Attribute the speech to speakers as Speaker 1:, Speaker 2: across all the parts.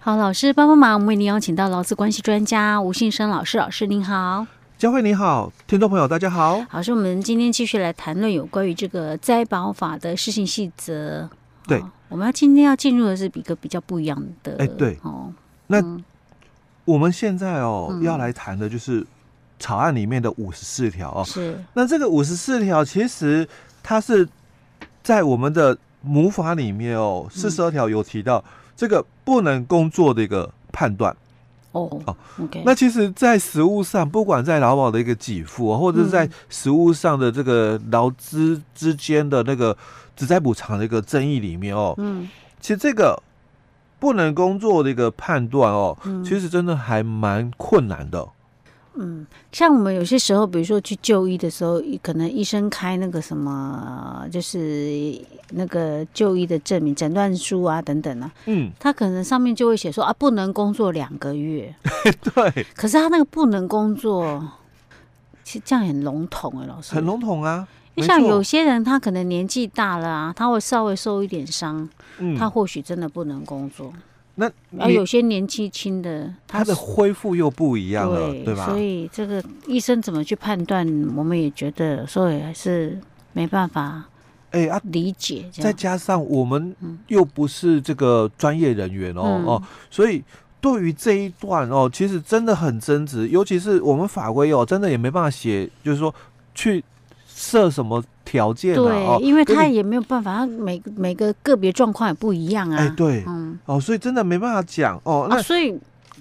Speaker 1: 好，老师帮帮忙，我们为您邀请到劳资关系专家吴信生老师，老师您好。
Speaker 2: 佳慧你好，听众朋友大家好。
Speaker 1: 老师，我们今天继续来谈论有关于这个灾保法的施行细则。
Speaker 2: 对
Speaker 1: 哦我们要今天要进入的是一个比较不一样的。
Speaker 2: 哎对
Speaker 1: 哦，
Speaker 2: 那
Speaker 1: 嗯
Speaker 2: 我们现在哦、
Speaker 1: 嗯
Speaker 2: 要来谈的就是草案里面的五十四条哦。
Speaker 1: 是
Speaker 2: 那这个五十四条其实它是在我们的母法里面哦，
Speaker 1: 嗯
Speaker 2: 四十二条有提到这个不能工作的一个判断。
Speaker 1: 哦
Speaker 2: 好
Speaker 1: o k
Speaker 2: 那其实，在实务上，不管在劳保的一个给付、哦，或者是在
Speaker 1: 嗯
Speaker 2: 实务上的这个劳资之间的那个职灾补偿的一个争议里面哦，
Speaker 1: 嗯
Speaker 2: 其实这个不能工作的一个判断哦，
Speaker 1: 嗯
Speaker 2: 其实真的还蛮困难的。哦
Speaker 1: 嗯，像我们有些时候，比如说去就医的时候，可能医生开那个什么，就是那个就医的证明、诊断书啊等等啊，
Speaker 2: 嗯，
Speaker 1: 他可能上面就会写说啊，不能工作两个月。
Speaker 2: 对，
Speaker 1: 可是他那个不能工作，其实这样很笼统哎、老师。
Speaker 2: 很笼统啊。
Speaker 1: 因
Speaker 2: 没
Speaker 1: 为像
Speaker 2: 错
Speaker 1: 有些人，他可能年纪大了啊，他会稍微受一点伤，他
Speaker 2: 嗯，
Speaker 1: 或许真的不能工作。
Speaker 2: 那
Speaker 1: 而
Speaker 2: 你
Speaker 1: 有些年纪轻的，
Speaker 2: 他的
Speaker 1: 是
Speaker 2: 恢复又不一样了，
Speaker 1: 对
Speaker 2: 对吧
Speaker 1: 所？以这个医生怎么去判断，我们也觉得，所以还是没办法
Speaker 2: 哎啊，
Speaker 1: 理解这
Speaker 2: 再
Speaker 1: 样。
Speaker 2: 加上我们又不是这个专业人员哦、
Speaker 1: 嗯
Speaker 2: 哦，所以对于这一段哦，其实真的很争执，尤其是我们法规哦，真的也没办法写，就是说去设什么条件啊
Speaker 1: 对，
Speaker 2: 哦，
Speaker 1: 因为
Speaker 2: 跟
Speaker 1: 他
Speaker 2: 你
Speaker 1: 也没有办法，他每每个个别状况也不一样啊。
Speaker 2: 哎、对、
Speaker 1: 嗯，
Speaker 2: 哦，所以真的没办法讲哦，那、
Speaker 1: 啊，所以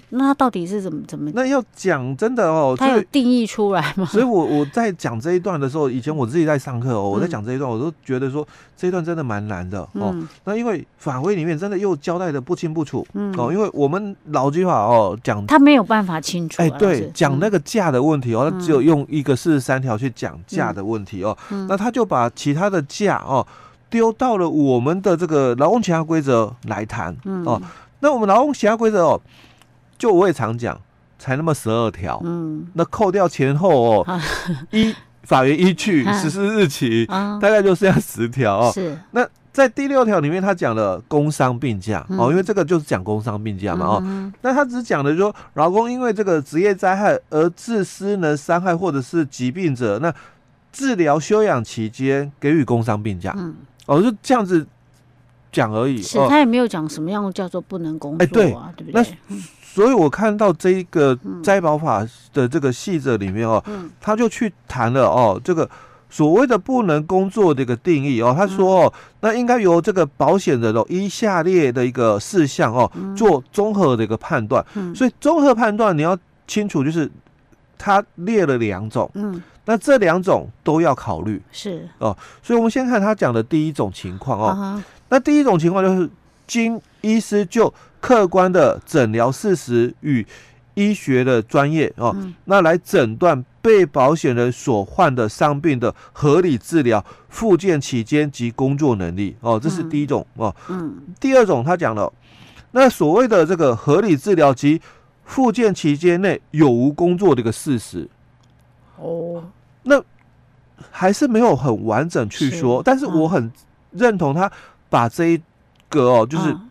Speaker 1: 那他到底是怎么怎么？
Speaker 2: 那要讲真的哦，
Speaker 1: 他
Speaker 2: 所
Speaker 1: 有
Speaker 2: 以
Speaker 1: 定义出来 吗？
Speaker 2: 所以我我在讲这一段的时候，以前我自己在上课哦，我在
Speaker 1: 嗯
Speaker 2: 讲这一段，我都觉得说这一段真的蛮难的哦。
Speaker 1: 嗯
Speaker 2: 那因为法规里面真的又交代的不清不楚哦，
Speaker 1: 嗯，
Speaker 2: 因为我们劳基法哦讲，
Speaker 1: 他没有办法清楚啊。
Speaker 2: 哎
Speaker 1: 老
Speaker 2: 对
Speaker 1: 师，
Speaker 2: 讲那
Speaker 1: 嗯
Speaker 2: 个价的问题哦，
Speaker 1: 嗯
Speaker 2: 它只有用一个四十三条去讲价的问题哦，
Speaker 1: 嗯
Speaker 2: 那他就把其他的价哦丢到了我们的这个劳动其他规则来谈。
Speaker 1: 嗯
Speaker 2: 哦那我们劳动其他规则哦，就我也常讲，才那么十二条，
Speaker 1: 嗯
Speaker 2: 那扣掉前后
Speaker 1: 啊
Speaker 2: 哦，依法源依据
Speaker 1: 啊
Speaker 2: 实施日期，
Speaker 1: 啊，
Speaker 2: 大概就剩下十条哦。
Speaker 1: 是
Speaker 2: 那在第六条里面，他讲了工伤病假
Speaker 1: 嗯
Speaker 2: 哦，因为这个就是讲工伤病假嘛哦。
Speaker 1: 嗯
Speaker 2: 那他只讲的就是说，劳工因为这个职业灾害而致失能、伤害或者是疾病者，那治疗休养期间给予工伤病假
Speaker 1: 嗯，
Speaker 2: 哦，就这样子讲而已
Speaker 1: 是
Speaker 2: 哦。
Speaker 1: 他也没有讲什么样叫做不能工
Speaker 2: 哎对
Speaker 1: 作啊，对不
Speaker 2: 那
Speaker 1: 对？
Speaker 2: 所以我看到这一个灾保法的这个细则里面哦，
Speaker 1: 嗯
Speaker 2: 他就去谈了哦，这个所谓的不能工作的一个定义哦，他说哦，那应该由这个保险人哦依下列的一个事项哦做综合的一个判断，
Speaker 1: 嗯
Speaker 2: 所以综合判断你要清楚就是。他列了两种，
Speaker 1: 嗯，
Speaker 2: 那这两种都要考虑，
Speaker 1: 是
Speaker 2: 所以我们先看他讲的第一种情况哦
Speaker 1: 啊。哈，
Speaker 2: 那第一种情况就是经医师就客观的诊疗事实与医学的专业哦，
Speaker 1: 嗯
Speaker 2: 那来诊断被保险人所患的伤病的合理治疗、复健期间及工作能力哦，这是
Speaker 1: 嗯
Speaker 2: 第一种哦。
Speaker 1: 嗯
Speaker 2: 第二种他讲了，那所谓的这个合理治疗及复健期间内有无工作的一个事实，
Speaker 1: 哦，
Speaker 2: 还是没有很完整去
Speaker 1: 是
Speaker 2: 说，但是我
Speaker 1: 嗯
Speaker 2: 很认同他把这一个哦，就是
Speaker 1: 啊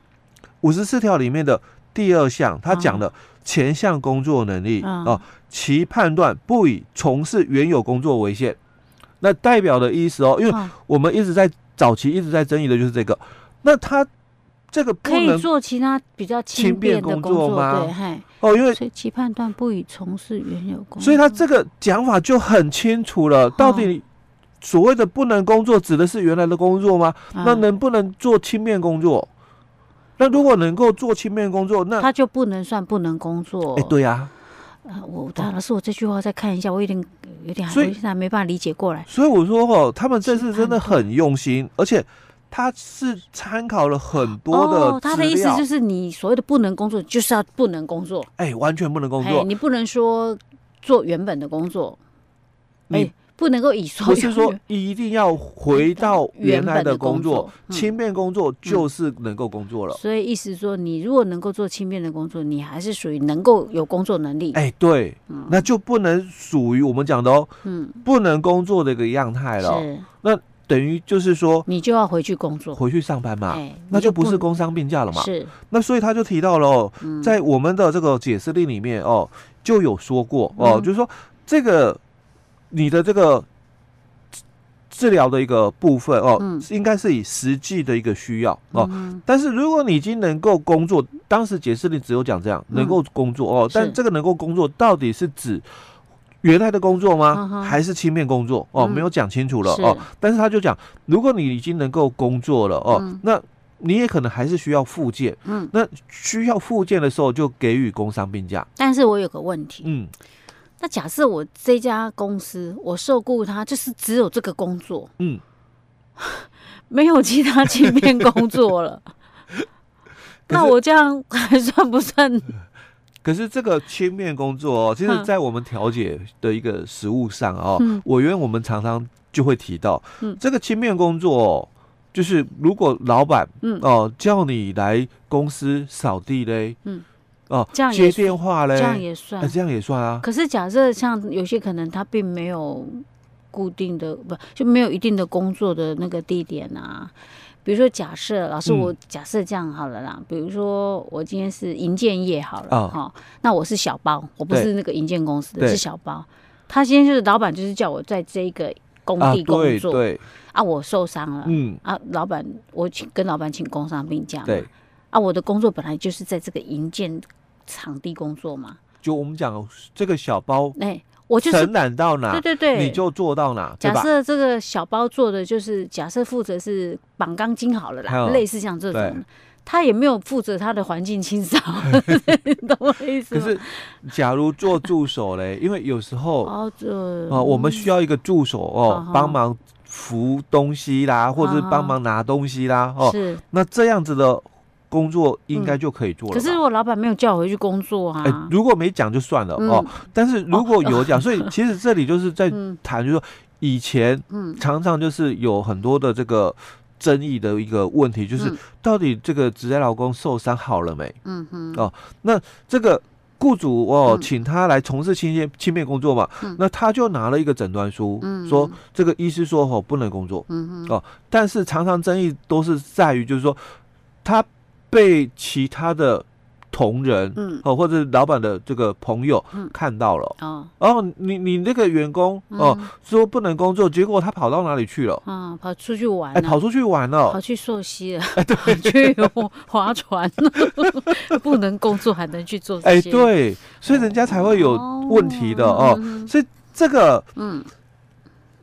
Speaker 2: 五十四条里面的第二项，他讲了前项工作能力
Speaker 1: 哦嗯
Speaker 2: 哦，其判断不以从事原有工作为限。那代表的意思哦，因为
Speaker 1: 啊
Speaker 2: 我们一直在早期一直在争议的就是这个。那他这个
Speaker 1: 可
Speaker 2: 不
Speaker 1: 以
Speaker 2: 能
Speaker 1: 做其他比较轻
Speaker 2: 轻便
Speaker 1: 便的
Speaker 2: 工
Speaker 1: 工
Speaker 2: 作吗
Speaker 1: 对，嗨，
Speaker 2: 哦，因为
Speaker 1: 所以其判断不以从事原有工作，
Speaker 2: 所以他这个讲法就很清楚
Speaker 1: 哦
Speaker 2: 了，到底所谓的不能工作指的是原来的工作吗？
Speaker 1: 啊
Speaker 2: 那能不能做轻便工作？那如果能够做轻便工作，那
Speaker 1: 他就不能算不能工作。
Speaker 2: 哎，对呀，
Speaker 1: 啊，我当老师，我这句话再看一下，我有点有点，
Speaker 2: 所
Speaker 1: 我
Speaker 2: 以
Speaker 1: 现在还没办法理解过来。
Speaker 2: 所以我说哦，他们这次真的
Speaker 1: 是判断
Speaker 2: 很用心，而且他是参考了很多
Speaker 1: 哦，他
Speaker 2: 资
Speaker 1: 的意思
Speaker 2: 料，
Speaker 1: 就是你所谓的不能工作，就是要不能工作，
Speaker 2: 哎、完全不能工
Speaker 1: 哎，
Speaker 2: 作。
Speaker 1: 你不能说做原本的工作，哎
Speaker 2: 你，
Speaker 1: 不能够以所
Speaker 2: 不是说
Speaker 1: 原
Speaker 2: 一定要回到原来的工
Speaker 1: 原本
Speaker 2: 作，
Speaker 1: 的工作嗯
Speaker 2: 轻便工作就是能够工作了。
Speaker 1: 所以意思说，你如果能够做轻便的工作，你还是属于能够有工作能力。
Speaker 2: 哎、对，那就不能属于我们讲的哦，
Speaker 1: 嗯，
Speaker 2: 不能工作的一个样态了哦。
Speaker 1: 是，
Speaker 2: 等于就是说
Speaker 1: 你就要回去工作，
Speaker 2: 回去上班嘛，
Speaker 1: 哎，
Speaker 2: 啊那
Speaker 1: 你
Speaker 2: 就不是
Speaker 1: 能
Speaker 2: 工伤病假了嘛。
Speaker 1: 是，
Speaker 2: 那所以他就提到了、哦，
Speaker 1: 嗯
Speaker 2: 在我们的这个解释令里面哦，就有说过哦，
Speaker 1: 嗯
Speaker 2: 就是说这个你的这个治治疗的一个部分哦，
Speaker 1: 嗯
Speaker 2: 应该是以实际的一个需要哦。
Speaker 1: 嗯
Speaker 2: 但是如果你已经能够工作，当时解释令只有讲这样
Speaker 1: 嗯
Speaker 2: 能够工作哦，但
Speaker 1: 是
Speaker 2: 这个能够工作到底是指原来的工作
Speaker 1: 嗯
Speaker 2: 吗？
Speaker 1: 哼
Speaker 2: 还是轻便工作？哦，
Speaker 1: 嗯
Speaker 2: 没有讲清楚了
Speaker 1: 是
Speaker 2: 哦。但是他就讲，如果你已经能够工作了哦，
Speaker 1: 嗯
Speaker 2: 那你也可能还是需要复健。
Speaker 1: 嗯，
Speaker 2: 那需要复健的时候，就给予工伤病假。
Speaker 1: 但是我有个问题，
Speaker 2: 嗯，
Speaker 1: 那假设我这家公司我受雇他就是只有这个工作，
Speaker 2: 嗯，
Speaker 1: 没有其他轻便工作 了，那
Speaker 2: 可是
Speaker 1: 我这样还算不算？
Speaker 2: 可是这个轻便工作哦，其实
Speaker 1: 嗯
Speaker 2: 在我们调解的一个实务上哦，
Speaker 1: 嗯
Speaker 2: 我因为我们常常就会提到，
Speaker 1: 嗯
Speaker 2: 这个轻便工作、哦。就是如果老板
Speaker 1: 嗯
Speaker 2: 哦、叫你来公司扫地嘞，
Speaker 1: 嗯
Speaker 2: 哦、
Speaker 1: 这样
Speaker 2: 接
Speaker 1: 也
Speaker 2: 电话嘞，
Speaker 1: 这样也算
Speaker 2: 哎，这样也算啊，
Speaker 1: 可是假设像有些可能他并没有固定的，不就没有一定的工作的那个地点啊。比如说，假设老师，
Speaker 2: 嗯
Speaker 1: 我假设这样好了啦。比如说，我今天是银建业好了，
Speaker 2: 啊
Speaker 1: 哈、那我是小包，我不
Speaker 2: 对
Speaker 1: 是那个银建公司的，
Speaker 2: 对
Speaker 1: 是小包。他今天就是老板，就是叫我在这一个工
Speaker 2: 啊，
Speaker 1: 地工
Speaker 2: 对
Speaker 1: 作啊
Speaker 2: 对，
Speaker 1: 我受伤了、
Speaker 2: 嗯，
Speaker 1: 啊，老板，我请跟老板请工伤病假嘛，
Speaker 2: 对，
Speaker 1: 啊，我的工作本来就是在这个银建场地工作嘛，
Speaker 2: 就我们讲这个小包
Speaker 1: 哎、我就是
Speaker 2: 承揽到哪
Speaker 1: 对，对对，
Speaker 2: 啊你就做到哪，对
Speaker 1: 假
Speaker 2: 吧？
Speaker 1: 设这个小包做的就是，假设负责是绑钢筋好了啦，
Speaker 2: 嗯
Speaker 1: 类似像这种
Speaker 2: 对
Speaker 1: 的，他也没有负责他的环境清 扫，你懂我意思
Speaker 2: 可
Speaker 1: 吗？
Speaker 2: 是，假如做助手嘞，因为有时候啊、
Speaker 1: 哦，这
Speaker 2: 我们需要一个助手哦
Speaker 1: 嗯，
Speaker 2: 帮忙扶东西啦，或者是
Speaker 1: 嗯
Speaker 2: 帮忙拿东西啦，哦，
Speaker 1: 是，嗯
Speaker 2: 那这样子的工作应该就可以做了吧。
Speaker 1: 可是如果老板没有叫我回去工作
Speaker 2: 哎
Speaker 1: 啊，
Speaker 2: 如果没讲就算了哦，但是如果有讲，所以其实这里就是在
Speaker 1: 嗯
Speaker 2: 谈，就是说以前
Speaker 1: 嗯
Speaker 2: 常常就是有很多的这个争议的一个问题，就是
Speaker 1: 嗯
Speaker 2: 到底这个职业劳工受伤好了没？
Speaker 1: 嗯嗯
Speaker 2: 哦这个雇主哦，
Speaker 1: 嗯
Speaker 2: 请他来从事清洁清便工作嘛，
Speaker 1: 嗯
Speaker 2: 那他就拿了一个诊断书，
Speaker 1: 嗯
Speaker 2: 说这个医师说哦不能工作，
Speaker 1: 嗯
Speaker 2: 哦但是常常争议都是在于就是说他被其他的同仁。
Speaker 1: 嗯
Speaker 2: 哦，或者是老板的这个朋友
Speaker 1: 嗯
Speaker 2: 看到了，
Speaker 1: 哦
Speaker 2: 哦，你你那个员工哦、
Speaker 1: 嗯
Speaker 2: 说不能工作，结果他跑到哪里去了？
Speaker 1: 啊，跑出去玩
Speaker 2: 哎，
Speaker 1: 了
Speaker 2: 跑。出去玩了
Speaker 1: 跑。去溯溪了，
Speaker 2: 哎
Speaker 1: 跑 去划船，不能工作还能去做这
Speaker 2: 哎，
Speaker 1: 些
Speaker 2: 对，所以人家才会有问题的哦。，
Speaker 1: 嗯
Speaker 2: 所以这个
Speaker 1: 嗯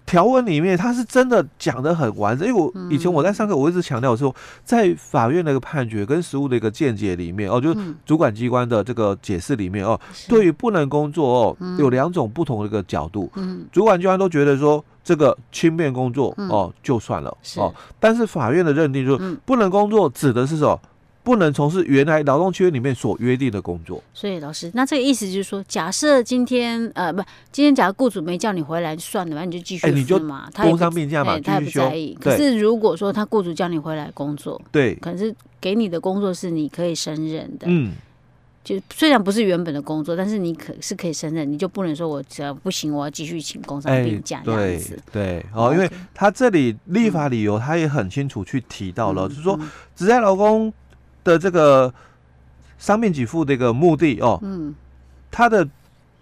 Speaker 2: 条文里面，他是真的讲的很完整。因为我
Speaker 1: 嗯
Speaker 2: 以前我在上课，我一直强调说，在法院的一个判决跟实务的一个见解里面哦，就是
Speaker 1: 嗯，
Speaker 2: 主管机关的这个解释里面哦，
Speaker 1: 是
Speaker 2: 对于不能工作哦，
Speaker 1: 嗯
Speaker 2: 有两种不同的一个角度。
Speaker 1: 嗯
Speaker 2: 主管机关都觉得说这个轻便工作
Speaker 1: 嗯
Speaker 2: 哦就算了
Speaker 1: 是
Speaker 2: 哦，但是法院的认定就是
Speaker 1: 嗯，
Speaker 2: 不能工作指的是什么？不能从事原来劳动契约里面所约定的工作。
Speaker 1: 所以老师，那这个意思就是说，假设今天呃不，今天假如雇主没叫你回来，算了，反正你就继续
Speaker 2: 哎你就
Speaker 1: 付嘛，他也
Speaker 2: 工
Speaker 1: 不
Speaker 2: 伤病假嘛，
Speaker 1: 哎
Speaker 2: 继
Speaker 1: 他也
Speaker 2: 续
Speaker 1: 不
Speaker 2: 休
Speaker 1: 在意。。可
Speaker 2: 对
Speaker 1: 是如果说他雇主叫你回来工作，
Speaker 2: 对，
Speaker 1: 可是给你的工作是你可以胜任的，
Speaker 2: 嗯，
Speaker 1: 就虽然不是原本的工作，但是你可是可以胜任，你就不能说我只要不行，我要继续请工伤
Speaker 2: 哎
Speaker 1: 病假，这样
Speaker 2: 对
Speaker 1: 子。
Speaker 2: 对哦，因为
Speaker 1: OK
Speaker 2: 他这里立法理由他也很清楚去提到了，
Speaker 1: 嗯
Speaker 2: 就是说
Speaker 1: 嗯
Speaker 2: 只在劳工的这个伤病给付的一个目的哦，
Speaker 1: 嗯
Speaker 2: 它的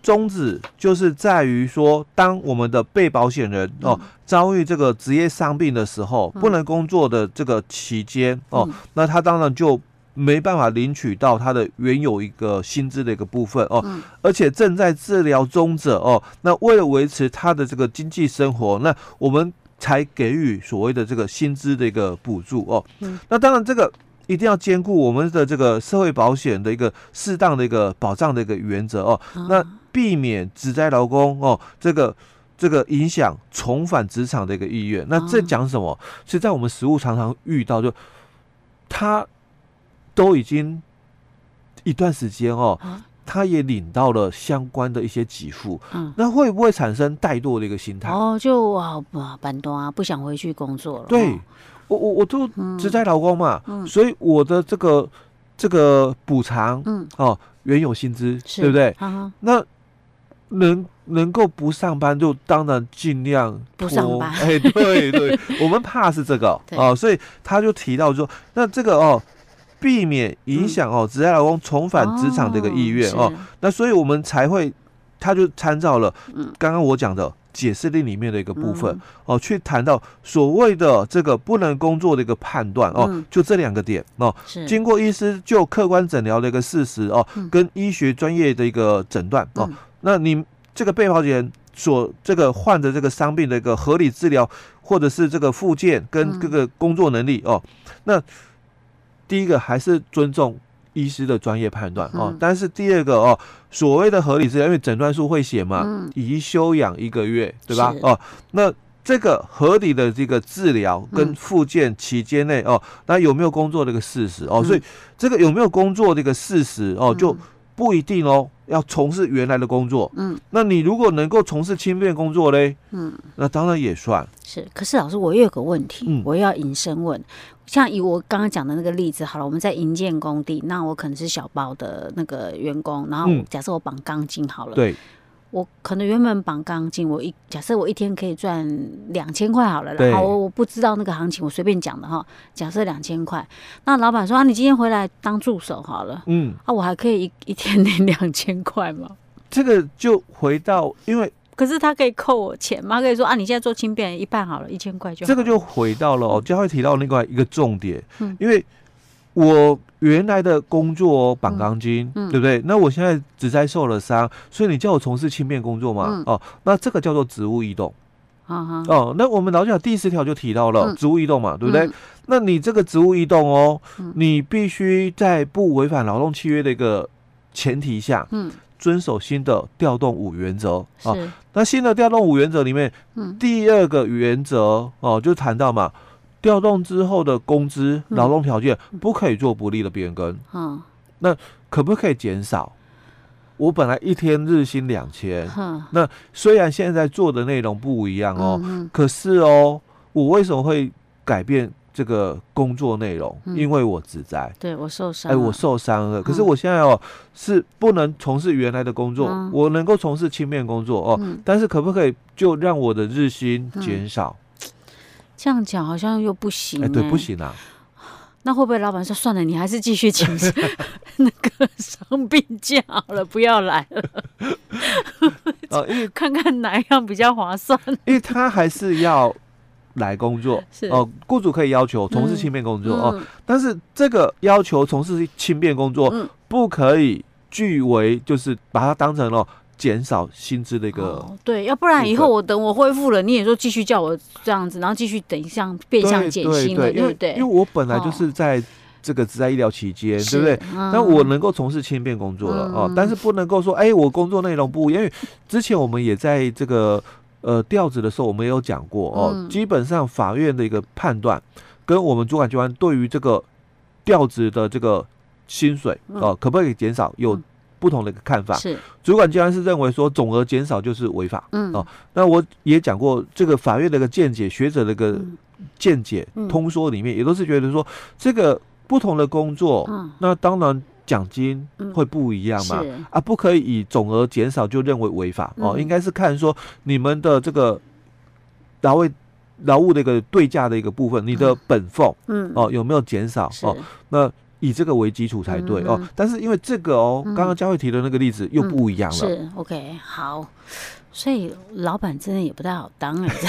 Speaker 2: 宗旨就是在于说，当我们的被保险人哦
Speaker 1: 嗯
Speaker 2: 遭遇这个职业伤病的时候，不能工作的这个期间哦，
Speaker 1: 嗯
Speaker 2: 那他当然就没办法领取到他的原有一个薪资的一个部分哦，
Speaker 1: 嗯
Speaker 2: 而且正在治疗中者哦，那为了维持他的这个经济生活，那我们才给予所谓的这个薪资的一个补助哦。
Speaker 1: 嗯
Speaker 2: 那当然这个。一定要兼顾我们的这个社会保险的一个适当的一个保障的一个原则哦，
Speaker 1: 啊
Speaker 2: 那避免职灾劳工哦，这个这个影响重返职场的一个意愿。那这
Speaker 1: 哦
Speaker 2: 讲什么？是在我们实务常常遇到，就他都已经一段时间哦，
Speaker 1: 啊
Speaker 2: 他也领到了相关的一些给付，
Speaker 1: 嗯
Speaker 2: 那会不会产生怠惰的一个心态？
Speaker 1: 哦，就哇哇板端啊，不想回去工作了。
Speaker 2: 对
Speaker 1: 哦，
Speaker 2: 我我我都
Speaker 1: 嗯
Speaker 2: 职灾劳工嘛，
Speaker 1: 嗯
Speaker 2: 所以我的这个这个补偿
Speaker 1: 嗯，
Speaker 2: 哦，原有薪资，
Speaker 1: 是啊
Speaker 2: 对不对？
Speaker 1: 哈哈
Speaker 2: 那能能够不上班就当然尽量
Speaker 1: 不
Speaker 2: 拖
Speaker 1: 上班
Speaker 2: 哎，对对，我们怕是这个
Speaker 1: 对
Speaker 2: 哦，所以他就提到说，那这个哦，避免
Speaker 1: 嗯
Speaker 2: 影响哦职业老公重返职场的一个意愿哦，，那所以我们才会，他就参照了
Speaker 1: 嗯
Speaker 2: 刚刚我讲的解释令里面的一个部分、
Speaker 1: 嗯
Speaker 2: 哦，去谈到所谓的这个不能工作的一个判断哦，
Speaker 1: 嗯
Speaker 2: 就这两个点哦，
Speaker 1: 是是
Speaker 2: 经过医师就客观诊疗的一个事实哦，
Speaker 1: 嗯
Speaker 2: 跟医学专业的一个诊断哦，
Speaker 1: 嗯
Speaker 2: 那你这个被保险人所这个患的这个伤病的一个合理治疗，或者是这个复健跟
Speaker 1: 嗯
Speaker 2: 这个工作能力哦，那第一个还是尊重。医师的专业判断哦
Speaker 1: 嗯，
Speaker 2: 但是第二个哦，所谓的合理治疗，因为诊断书会写嘛，
Speaker 1: 嗯
Speaker 2: 宜休养一个月，对吧
Speaker 1: 是？
Speaker 2: 哦，那这个合理的这个治疗跟
Speaker 1: 嗯
Speaker 2: 复健期间内哦，那有没有工作的一个事实哦？
Speaker 1: 嗯
Speaker 2: 所以这个有没有工作的一个事实哦，就
Speaker 1: 嗯
Speaker 2: 不一定哦，要从事原来的工作。
Speaker 1: 嗯
Speaker 2: 那你如果能够从事轻便工作嘞，
Speaker 1: 嗯
Speaker 2: 那当然也算。
Speaker 1: 是，可是老师，我又有个问题，
Speaker 2: 嗯
Speaker 1: 我又要引申问。像以我刚刚讲的那个例子，好了，我们在营建工地，那我可能是小包的那个员工，然后
Speaker 2: 嗯
Speaker 1: 假设我绑钢筋好了，
Speaker 2: 对
Speaker 1: 我可能原本绑钢筋，我一假设我一天可以赚两千块好了啦，
Speaker 2: 对
Speaker 1: 然后我不知道那个行情，我随便讲的哈，假设两千块，那老板说啊，你今天回来当助手好了，
Speaker 2: 嗯，
Speaker 1: 啊，我还可以一一天领两千块吗？
Speaker 2: 这个就回到，因为
Speaker 1: 可是他可以扣我钱吗？他可以说啊，你现在做轻便一半好了，一千块就好嗯
Speaker 2: 这个就回到了哦，就会提到另外一个重点，因为我原来的工作哦绑钢筋，
Speaker 1: 嗯
Speaker 2: 对不对？那我现在只在受了伤，所以你叫我从事轻便工作嘛？
Speaker 1: 嗯
Speaker 2: 哦，那这个叫做职务异动。
Speaker 1: 啊哈，
Speaker 2: 哦，那我们老讲第十条就提到了
Speaker 1: 嗯
Speaker 2: 职务异动嘛，对不对？
Speaker 1: 嗯
Speaker 2: 那你这个职务异动哦，
Speaker 1: 嗯
Speaker 2: 你必须在不违反劳动契约的一个前提下，
Speaker 1: 嗯，
Speaker 2: 遵守新的调动五原则
Speaker 1: 是，
Speaker 2: 哦。那新的调动五原则里面，
Speaker 1: 嗯
Speaker 2: 第二个原则哦，就谈到嘛，调动之后的工资、
Speaker 1: 嗯
Speaker 2: 劳动条件不可以做不利的变更，
Speaker 1: 嗯
Speaker 2: 可不可以减少？我本来一天日薪两千，
Speaker 1: 哼，
Speaker 2: 虽然现在做的内容不一样哦，
Speaker 1: 嗯
Speaker 2: 可是哦，我为什么会改变这个工作内容？
Speaker 1: 嗯
Speaker 2: 因为我职灾，
Speaker 1: 对我受伤
Speaker 2: 哎、
Speaker 1: 了，
Speaker 2: 我受伤了。可是
Speaker 1: 嗯
Speaker 2: 我现在哦，是不能从事原来的工作，
Speaker 1: 嗯
Speaker 2: 我能够从事轻便工作哦。
Speaker 1: 嗯，
Speaker 2: 但是可不可以就让我的日薪
Speaker 1: 嗯
Speaker 2: 减少？
Speaker 1: 这样讲好像又不
Speaker 2: 哎、
Speaker 1: 行、欸
Speaker 2: 对，不。行啊，
Speaker 1: 那会不会老板说算了，你还是继续请 那个伤病假好了，不要来 了，
Speaker 2: 呃，因为
Speaker 1: 看看哪样比较划算？
Speaker 2: 因为他还是要来工作
Speaker 1: 是
Speaker 2: 哦，雇主可以要求从事轻便工作、哦，
Speaker 1: 嗯
Speaker 2: 但是这个要求从事轻便工作、
Speaker 1: 嗯
Speaker 2: 不可以据为就是把它当成了减少薪资的一个
Speaker 1: 哦，对，要不然以后
Speaker 2: 部分
Speaker 1: 我等我恢复了，你也说继续叫我这样子，然后继续等项变相减薪了，
Speaker 2: 对因
Speaker 1: 对不
Speaker 2: 为
Speaker 1: 对哦
Speaker 2: 因为？我本来就是在这个职在医疗期间，对不对？
Speaker 1: 是？嗯
Speaker 2: 但我能够从事轻便工作了、哦
Speaker 1: 嗯，
Speaker 2: 但是不能够说，哎、我工作内容不一样，因为之前我们也在这个呃调职的时候，我们也有讲过哦，
Speaker 1: 嗯
Speaker 2: 基本上法院的一个判断跟我们主管机关对于这个调职的这个薪水哦、可不可以减少有
Speaker 1: 嗯
Speaker 2: 不同的一个看法。
Speaker 1: 是，
Speaker 2: 主管机关是认为说总额减少就是违法。
Speaker 1: 嗯，
Speaker 2: 哦那我也讲过这个法院的一个见解，学者的一个
Speaker 1: 嗯
Speaker 2: 见解、
Speaker 1: 嗯
Speaker 2: 通说里面，也都是觉得说这个不同的工作，
Speaker 1: 嗯
Speaker 2: 那当然奖金
Speaker 1: 嗯
Speaker 2: 会不一样嘛。
Speaker 1: 是，
Speaker 2: 啊，不可以以总额减少就认为违法哦，
Speaker 1: 嗯
Speaker 2: 应该是看说你们的这个劳卫劳务的一个对价的一个部分，你的
Speaker 1: 嗯
Speaker 2: 本俸
Speaker 1: 嗯，
Speaker 2: 哦有没有减少
Speaker 1: 是，
Speaker 2: 哦，那以这个为基础才对哦
Speaker 1: 嗯哼。
Speaker 2: 但是因为这个哦，
Speaker 1: 嗯
Speaker 2: 刚刚佳慧提的那个例子又不一样了，
Speaker 1: 是 OK，好，所以老板真的也不太好当哎。这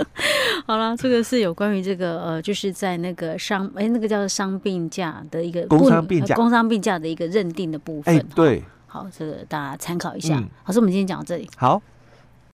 Speaker 1: 样 好了，这个是有关于这个呃，就是在那个伤哎、那个叫做伤病假的一个
Speaker 2: 工
Speaker 1: 不
Speaker 2: 伤病假
Speaker 1: 呃工伤病假的一个认定的部分。哦
Speaker 2: 哎，对，
Speaker 1: 好，这个大家参考一下。
Speaker 2: 嗯
Speaker 1: 好，所以我们今天讲到这里。
Speaker 2: 好。